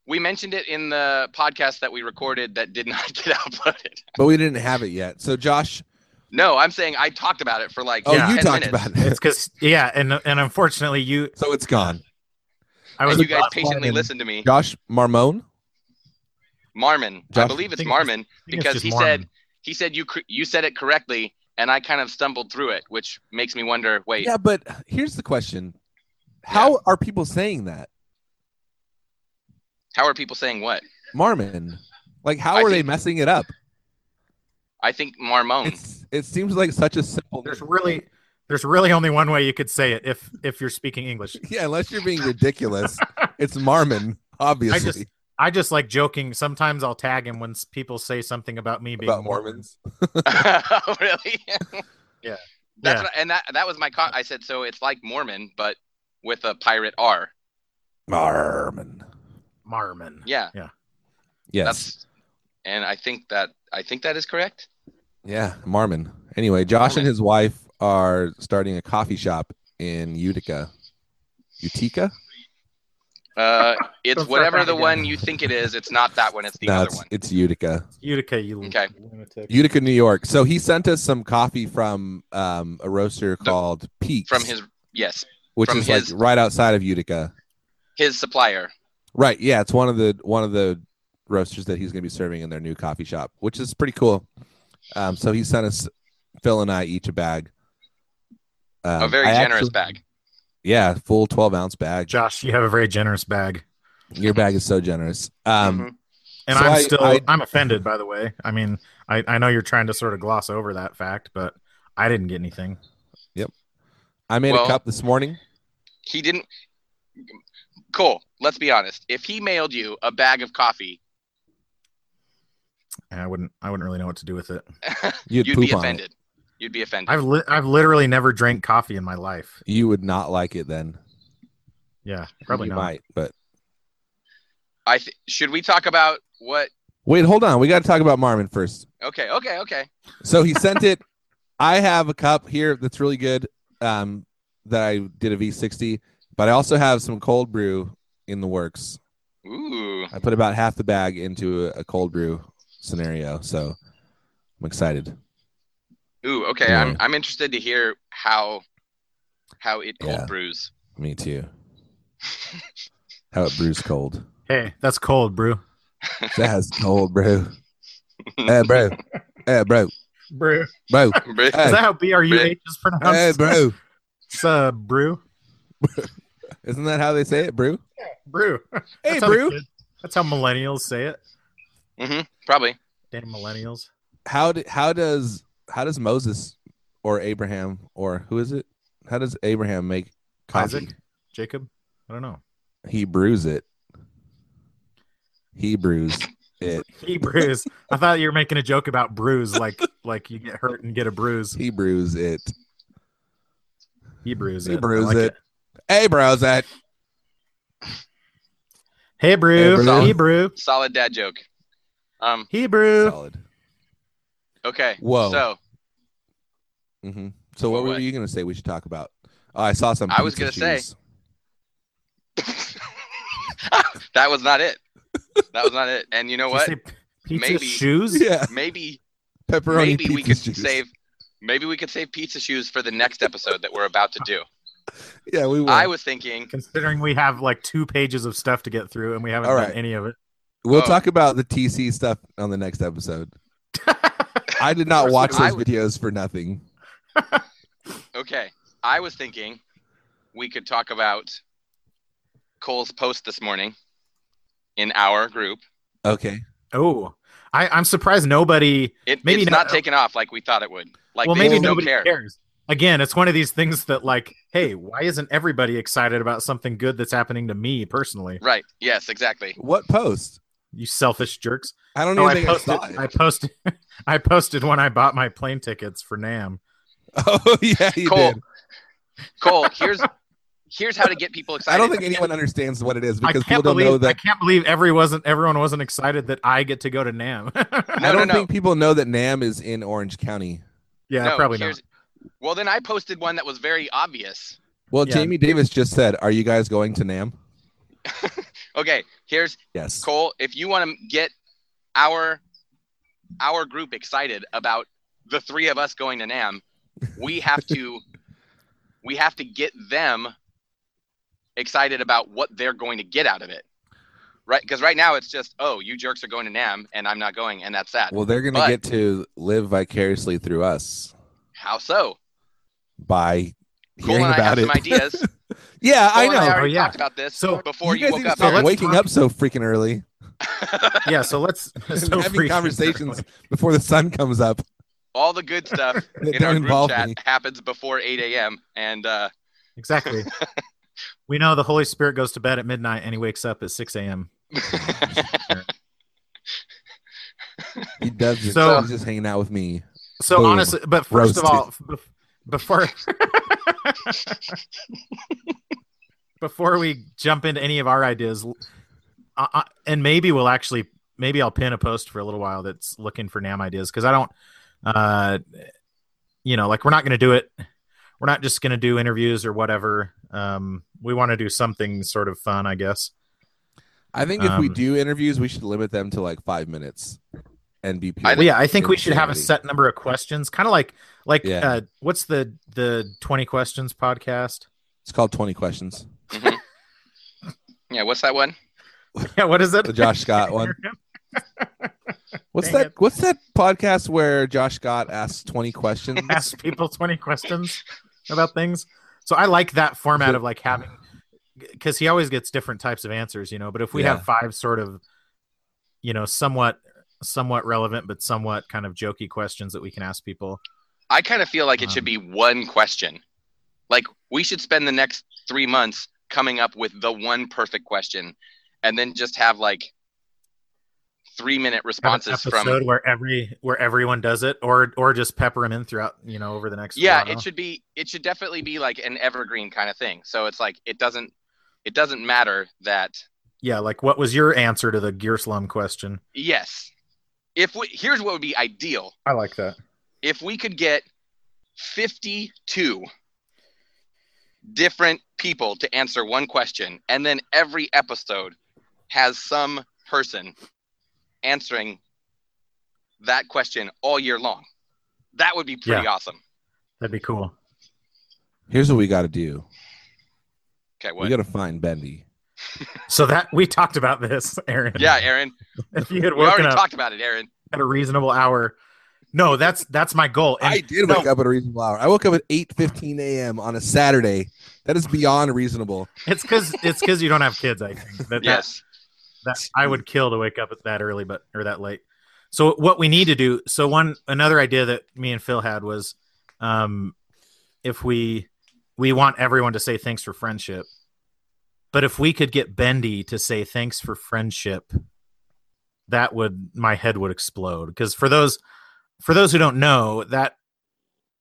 We mentioned it in the podcast that we recorded that did not get uploaded. but, but we didn't have it yet. So Josh, No, I'm saying I talked about it for like oh, Yeah. you 10 talked minutes. about it. it's because, yeah, and, and unfortunately, you, so it's gone. I was and you guys about- patiently Marmon. listened to me. Josh Marmone. Marmon, I Josh- believe it's think it's- Marmon I think it's because just he Mormon. said he said you cr- you said it correctly, and I kind of stumbled through it, which makes me wonder. Wait, Yeah, but here's the question: How are people saying that how are people saying what? Marmon? Like, how I are they think- messing it up? I think Marmon. It's it seems like such a simple. there's really. There's really only one way you could say it if if you're speaking English. yeah, unless you're being ridiculous, it's Marmon, obviously. just- I just like joking. Sometimes I'll tag him when s- people say something about me being About Mormons. Oh, really? Yeah. That's Yeah. What, and that that was my con- I said so. It's like Mormon, but with a pirate R. Marmon. Mormon. Yeah. Yes. That's. And I think that I think that is correct. Yeah, Marmon. Anyway, Josh and Marmon. his wife are starting a coffee shop in Utica. Utica? Uh, it's Don't start whatever that the again. one you think it is. It's not that one. It's the no, other it's, one. it's Utica. Utica, you Okay. lunatic. Utica, New York. So he sent us some coffee from um, a roaster called Peaks, From his yes, which from is his- like right outside of Utica. his supplier. Right. Yeah, it's one of the one of the roasters that he's going to be serving in their new coffee shop, which is pretty cool. Um, so he sent us Phil and I each a bag. Um, a very I generous actually- bag. Yeah, full twelve ounce bag. Josh, you have a very generous bag. Your bag is so generous. Um, Mhm. And So I'm I- still I- I, am offended by the way. I mean, I, I know you're trying to sort of gloss over that fact, but I didn't get anything. I made a Well- cup this morning. He didn't. Cole, let's be honest. If he mailed you a bag of coffee, And I wouldn't I wouldn't really know what to do with it. You'd, you'd poop be on it. offended. You'd be offended. I've li- I've literally never drank coffee in my life. You would not like it then. Yeah, probably you not. might, but I th- should we talk about what? wait, hold on. We got to talk about Marmon first. Okay, okay, okay. So he sent it. I have a cup here that's really good um, that I did a V60, but I also have some cold brew in the works. Ooh, I put about half the bag into a, a cold brew scenario, so I'm excited. ooh. Okay, I'm I'm interested to hear how how it cold Yeah. brews. Me too. How it brews cold. Hey, that's cold, brew. That has cold brew. Eh, Hey, bro. Hey, bro. Brew. Is Bro. Hey. that how B R U H is pronounced? Hey, bro. It's uh, brew. Isn't that how they say it, brew? Brew. Hey, That's how the brew. kid- That's how millennials say it. hmm probably. Damn millennials. How do, how does how does Moses or Abraham or who is it? How does Abraham make coffee? Isaac? Jacob? I don't know. He brews it. He brews it. He brews. I thought you were making a joke about bruise, like like you get hurt and get a bruise. He brews it. He brews it. He I brews like it. Hey, bros, that Hey brew. Hey, brew. He brew. Solid dad joke. Um. He brew. solid. Okay. Whoa. So hmm So, what, were What? you gonna say? We should talk about. Oh, I saw some. I was pizza gonna say- cheese. that was not it. That was not it. And you know Did you what? say p- Pizza Maybe. shoes. Yeah, Maybe pepperoni. maybe we pizza could juice. save maybe we could save pizza shoes for the next episode that we're about to do Yeah, we will. i was thinking Considering we have like two pages of stuff to get through and we haven't All done right. any of it. we'll Oh. talk about the TC stuff on the next episode. I did not Or watch I those would- videos for nothing. Okay. I was thinking we could talk about Cole's post this morning in our group. Okay. Oh, I, I'm surprised nobody. It, Maybe it's not- uh, not taken off like we thought it would. Like well, they maybe just don't nobody care. cares. Again, it's one of these things that, like, hey, why isn't everybody excited about something good that's happening to me personally? Right. Yes, exactly. What post? You selfish jerks! I don't No, even I think posted. I saw it. I posted. I posted when I bought my plane tickets for Nam. Oh yeah, you Cole, did. Cole, here's here's how to get people excited. I don't think anyone understands what it is I because people can't don't know believe. I that. can't believe every wasn't everyone wasn't excited that I get to go to Nam. I, No, no, don't no. think people know that Nam is in Orange County. yeah, No, probably not. here's- Well, then I posted one that was very obvious. Well, Yeah. Jamie Davis just said, "Are you guys going to Nam?" Okay, here's Yes. Cole. If you want to get our our group excited about the three of us going to Nam, we have to we have to get them excited about what they're going to get out of it. Right? Because right now it's just, oh, you jerks are going to Nam and I'm not going, and that's that. Well, they're going to But- get to live vicariously through us How so? by Cole hearing and I about have it. some ideas. yeah, I Cole and I know. are- already Oh, yeah. talked about this So, before you, guys woke need to up. stop So let's waking talk- up so freaking early, yeah, so let's so having freaking- conversations before the sun comes up. All the good stuff That in our don't group involve chat me. happens before 8 a.m. And uh, Exactly. we know the Holy Spirit goes to bed at midnight and he wakes up at 6 a.m. He does. Just, So- he's just hanging out with me. So, Boom. honestly, but first Roasted. of all, bef- before. Before we jump into any of our ideas, I, I, and maybe we'll actually, maybe I'll pin a post for a little while that's looking for Nam ideas because I don't, uh, you know, like we're not going to do it. We're not just going to do interviews or whatever. Um, we want to do something sort of fun, I guess. I think if we Um, do interviews, we should limit them to like five minutes and be. I pure. Well, yeah, I think we should have a insanity. set number of questions, kind of like like Yeah. uh, what's the the twenty questions podcast? It's called Twenty Questions. yeah, what's that one? Yeah, what is it? The Josh Scott one. What's Dang that? it. What's that podcast where Josh Scott asks twenty questions? Ask people twenty questions about things. So I like that format of like having because he always gets different types of answers, you know. But if we Yeah. have five sort of, you know, somewhat somewhat relevant but somewhat kind of jokey questions that we can ask people. I kind of feel like it Um, should be one question. Like we should spend the next three months coming up with the one perfect question, and then just have like three minute Have an responses episode from. where every where everyone does it, or or just pepper them in throughout, you know, over the next. Yeah, while. it should be. It should definitely be like an evergreen kind of thing. So it's like it doesn't. It doesn't matter that Yeah, like what was your answer to the gear slum question? yes, if we here's what would be ideal I like that. if we could get 52 different people to answer one question and then every episode has some person answering that question all year long that would be pretty awesome That'd be cool. Here's what we got to do. okay We what got to find Bendy. So that we talked about this, Aaron. yeah aaron If you had we woken already up talked about it aaron at a reasonable hour. No, that's that's my goal. And I did wake up at a reasonable hour. I woke up at eight fifteen a.m. on a Saturday. That is beyond reasonable. it's cause it's cause you don't have kids, I think. That, that- yes that I would kill to wake up at that early, but or that late. So what we need to do. So one another idea that me and Phil had was, um, if we we want everyone to say thanks for friendship, but if we could get Bendy to say thanks for friendship, that would my head would explode because for those for those who don't know that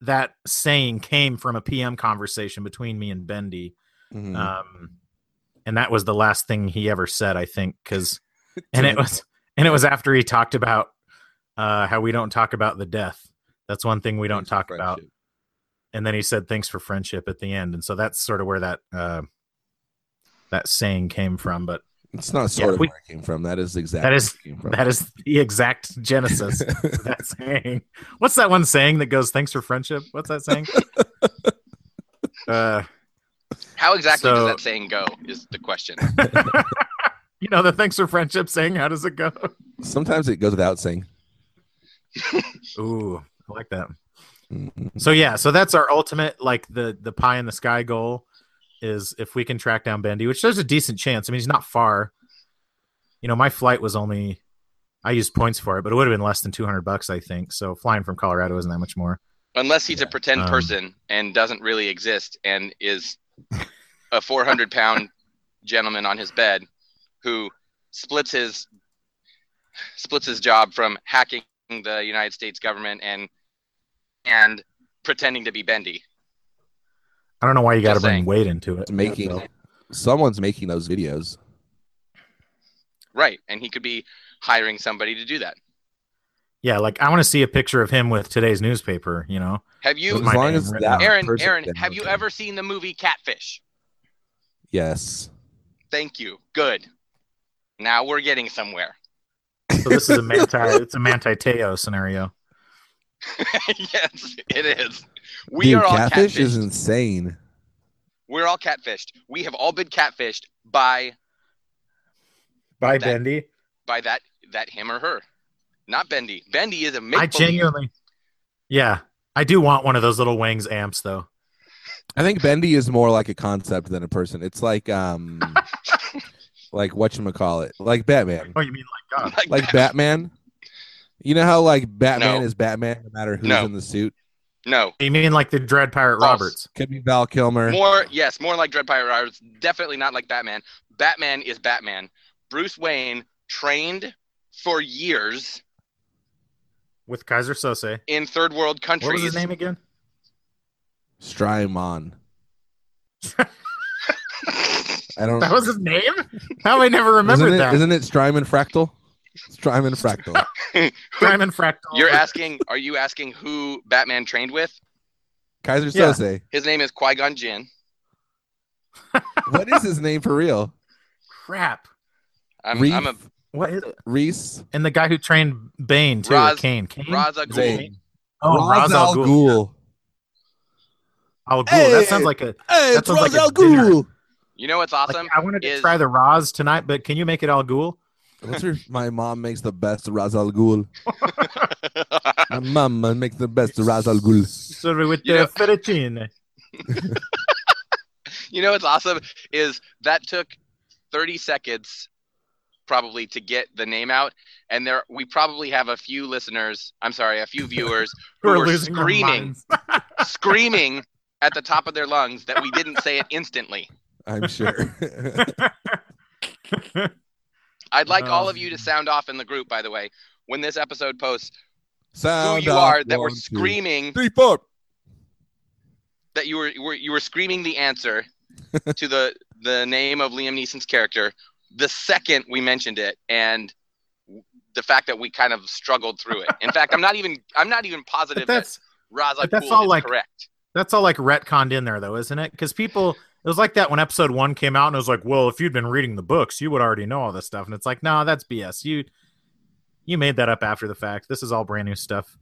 that saying came from a PM conversation between me and Bendy. Mhm. Um, and that was the last thing he ever said, I think, because and it was and it was after he talked about uh, how we don't talk about the death. That's one thing we don't Thanks for talk about. friendship. And then he said, "Thanks for friendship" at the end, and so that's sort of where that uh, that saying came from. But It's not sort of we- where it came from. That is exactly That is- where it came from. that is the exact genesis of that saying. What's that one saying that goes, "Thanks for friendship"? What's that saying? uh, how exactly does So- that saying go is the question you know the "Thanks for friendship" saying. How does it go? Sometimes it goes without saying. Ooh, I like that. Mhm. So yeah, so that's our ultimate like the the pie in the sky goal is if we can track down Bendy, which there's a decent chance. I mean, he's not far. You know, my flight was only I used points for it, but it would have been less than 200 bucks, I think. So flying from Colorado isn't that much more. Unless he's a pretend um, person and doesn't really exist and is a 400 pound gentleman on his bed who splits his splits his job from hacking the United States government and and pretending to be Bendy. I don't know why you got to Just bring saying. weight into it. It's making someone's making those videos. Right, and he could be hiring somebody to do that. Yeah, like I want to see a picture of him with today's newspaper, you know. Have as you my long name as written that out. Aaron person- Aaron, then have you okay. ever seen the movie Catfish? Yes. Thank you. Good. Now we're getting somewhere. So this is a manti it's a manti Teo scenario. yes, it is. We Dude, are all catfish catfished. is insane. We're all catfished. We have all been catfished by Bye That- Bendy. by that that him or her. Not Bendy. Bendy is a make I genuinely Yeah, I do want one of those little wings amps though. I think Bendy is more like a concept than a person. It's like um like whatchamacallit. Like Batman. Oh, you mean like God. Like Batman. You know how like Batman No. is Batman no matter who's No. in the suit? No. You mean like the Dread Pirate False. Roberts? Could be Val Kilmer. More yes, more like Dread Pirate Roberts. Definitely not like Batman. Batman is Batman. Bruce Wayne trained for years with Kaiser Sose. in third world countries. What was his name again? Strymon. I don't That was his name? How I never remembered isn't it, that. Isn't it Strymon Fractal? Strymon Fractal. Diamond Fractal. You're asking are you asking who Batman trained with? Kaiser Yeah. Sose. His name is Qui-Gon Jinn. What is his name for real? crap. I'm, Reef, I'm a What is it? Reese And the guy who trained Bane too, Raz- or Kane. Kane. Ra's al Is it Zane. Ghul. Kane? Oh, Ra's al Ghul. Al Ghul. Hey! That sounds like a. Hey, That it's sounds Ra's like a al Ghul. You know what's Like, awesome? I wanted to is- try the Raz tonight, but can you make it Al Ghul? What's her? My mom makes the best Ra's al Ghul. My mama makes the best Ra's al Ghul. Sorry, with You know- the fettuccine. you know what's awesome is that took 30 seconds probably to get the name out and there we probably have a few listeners, I'm sorry, a few viewers who We're were losing our screaming minds. screaming at the top of their lungs that we didn't say it instantly. I'm sure. I'd Oh, like all of Um. you to sound off in the group by the way when this episode posts who Sound you off, are that were one, two, screaming Three, four. that you were, were you were screaming the answer to the the name of Liam Neeson's character the second we mentioned it and the fact that we kind of struggled through it. In fact, I'm not even I'm not even positive But that that's Raza but that's Cool all is like- correct. That's all like retconned in there, though, isn't it? Because people, it was like that when episode one came out, and it was like, well, if you'd been reading the books, you would already know all this stuff. And it's like, no, that's BS. You, you made that up after the fact. This is all brand new stuff.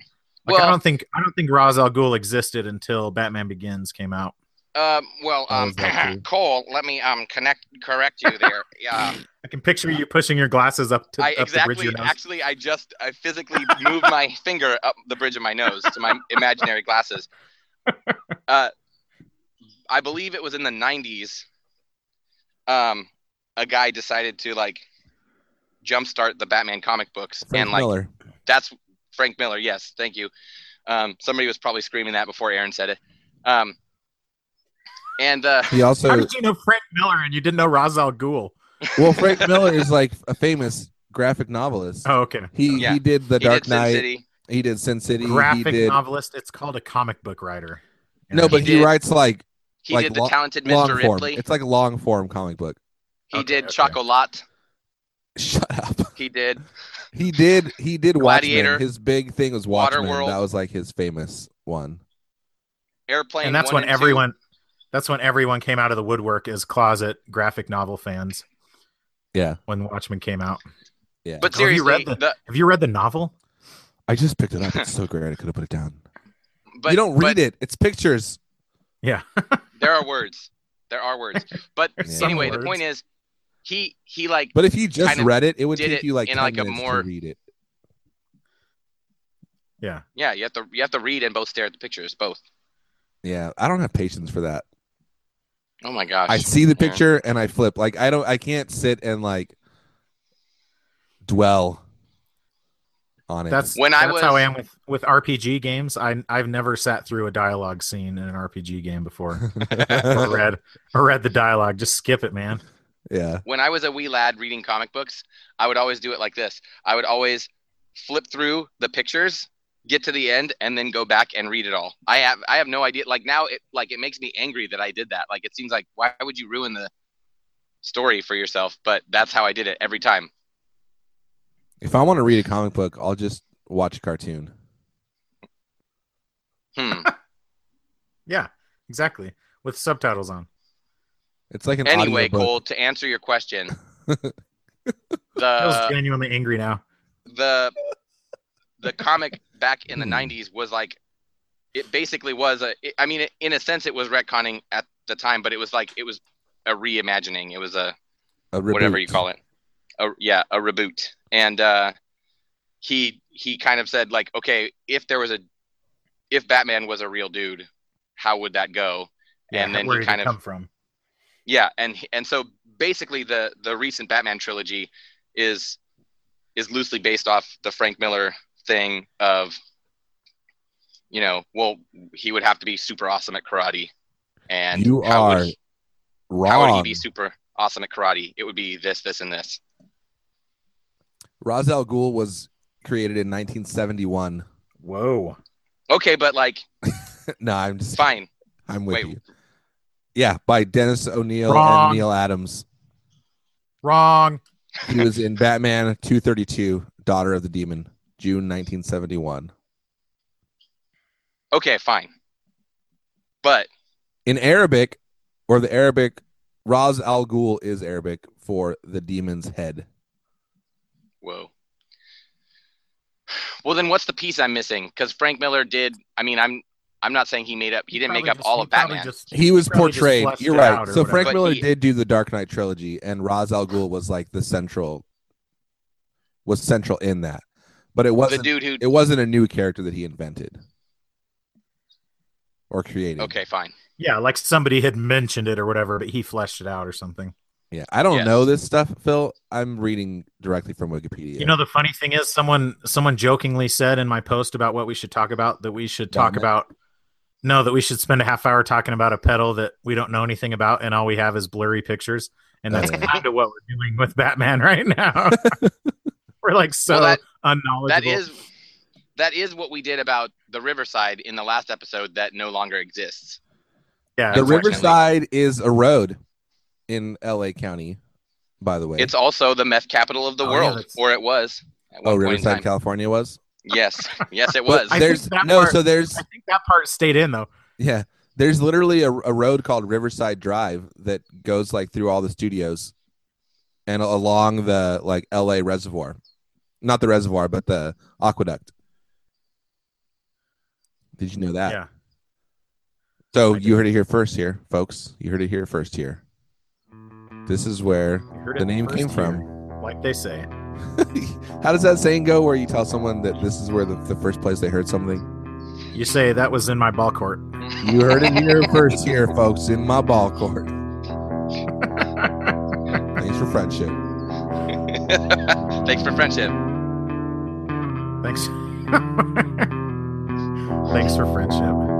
Like, I Well- don't think I don't think Ra's al Ghul existed until Batman Begins came out. Um, well, Oh, How um, is that true? Cole, let me um connect correct you there. Yeah, I can picture you pushing your glasses up to I up the bridge exactly. of your nose. Actually, I just I physically moved my finger up the bridge of my nose to my imaginary glasses. Uh, I believe it was in the '90s. Um, a guy decided to like jumpstart the Batman comic books, Frank and like Miller. that's Frank Miller. Yes, thank you. Um, somebody was probably screaming that before Aaron said it. Um, and uh, He How also did you know Frank Miller and you didn't know Ra's al Ghul? well, Frank Miller is like a famous graphic novelist. Oh, okay. He Yeah. he did The he Dark did Sin Knight. City. He did Sin City. he Graphic did novelist. It's called a comic book writer. no, but he, did writes like He like did the lo- talented long Mr. form. Ripley. It's like a long form comic book. He Okay, did okay. Chocolat. Shut up. He did He did. He did Gladiator. Watchmen. His big thing was Watchmen. Waterworld. That was like his famous one. Airplane. and that's one when two. everyone that's when everyone came out of the woodwork as closet graphic novel fans Yeah. when watchmen came out Yeah. But Oh, you seriously, read the, have you read the novel I just picked it up. It's so great. I could have put it down. but you don't read but it. It's pictures. There are words. There are words. But Yeah. Some anyway, words. the point is, he he like But if you just Kinda read it, it would did take it you like in, 10 like, a minutes more- to read it. Yeah. Yeah, you have to you have to read and both stare at the pictures, both. Yeah, I don't have patience for that. Oh my gosh. I see the Yeah. picture and I flip. Like I don't I can't sit and like dwell on it. That's When I that's how I was- am with with RPG games. I I've never sat through a dialogue scene in an RPG game before or read or read the dialogue. Just skip it, man. yeah. When I was a wee lad reading comic books, I would always do it like this. I would always flip through the pictures, get to the end, and then go back and read it all. I have I have no idea. Like now, it like it makes me angry that I did that. Like it seems like why would you ruin the story for yourself? But that's how I did it every time. If I want to read a comic book, I'll just watch a cartoon. Hmm. Yeah, exactly. With subtitles on. It's like an anyway, audiobook. Cole, to answer your question, I was the genuinely angry now. the the comic back in the '90s was like it basically was a. it- I mean, it, in a sense, it was retconning at the time, but it was like it was a reimagining. It was a a whatever reboot. you call it. A, yeah, a reboot. And uh, he he kind of said like, okay, if there was a if Batman was a real dude, how would that go? Yeah, and then where he did kind it of come from? yeah, and and so basically the the recent Batman trilogy is is loosely based off the Frank Miller thing of you know, well, he would have to be super awesome at karate, and You how are would he, how would he Wrong. be super awesome at karate? It would be this, this, and this. Ra's al Ghul was created in 1971. Whoa. Okay, but like, no, I'm just fine. I'm with Wait. you. Yeah, by Dennis O'Neill Wrong. and Neil Adams. Wrong. He was in Batman 232, Daughter of the Demon, June 1971. Okay, fine. But in Arabic, or the Arabic, Raz Al Ghul is Arabic for the demon's head. Whoa. Well, then what's the piece I'm missing? Because Frank Miller did. I mean, I'm I'm not saying he made up. He didn't make Probably up just- all he of probably Batman. just- He was probably just portrayed. fleshed You're it right. out or So whatever. Frank But Miller he- did do the Dark Knight trilogy, and Raz Al Ghul was like the central, was central in that. But it the wasn't. dude who. It wasn't a new character that he invented or created. Okay, fine. Yeah, like somebody had mentioned it or whatever, but he fleshed it out or something. Yeah, I don't Yes. know this stuff, Phil. I'm reading directly from Wikipedia. You know, the funny thing is, someone someone jokingly said in my post about what we should talk about that we should talk Batman. about. No, that we should spend a half hour talking about a pedal that we don't know anything about, and all we have is blurry pictures, and that's Oh. kind of what we're doing with Batman right now. we're like so Well, that- unknowledgeable. That is that is what we did about the Riverside in the last episode that no longer exists. yeah, the unfortunately. Riverside is a road in L.A. County, by the way. It's also the meth capital of the Oh, yeah, world, that's- or it was. At oh, one point in Riverside, time. California was. Yes, yes, it But was. I think there's that no, part- so there's I think that part stayed in though. yeah, there's literally a, a road called Riverside Drive that goes like through all the studios and along the like LA reservoir, not the reservoir, but the aqueduct. Did you know that? Yeah, So I you heard it here first, here, folks. You heard it here first, here. This is where You heard the it name first came from. here, like they say. How does that saying go? Where you tell someone that this is where the, the first place they heard something. You say that was in my ball court. You heard it here first, here, folks, in my ball court. Thanks for friendship. Thanks for friendship. Thanks. Thanks for friendship.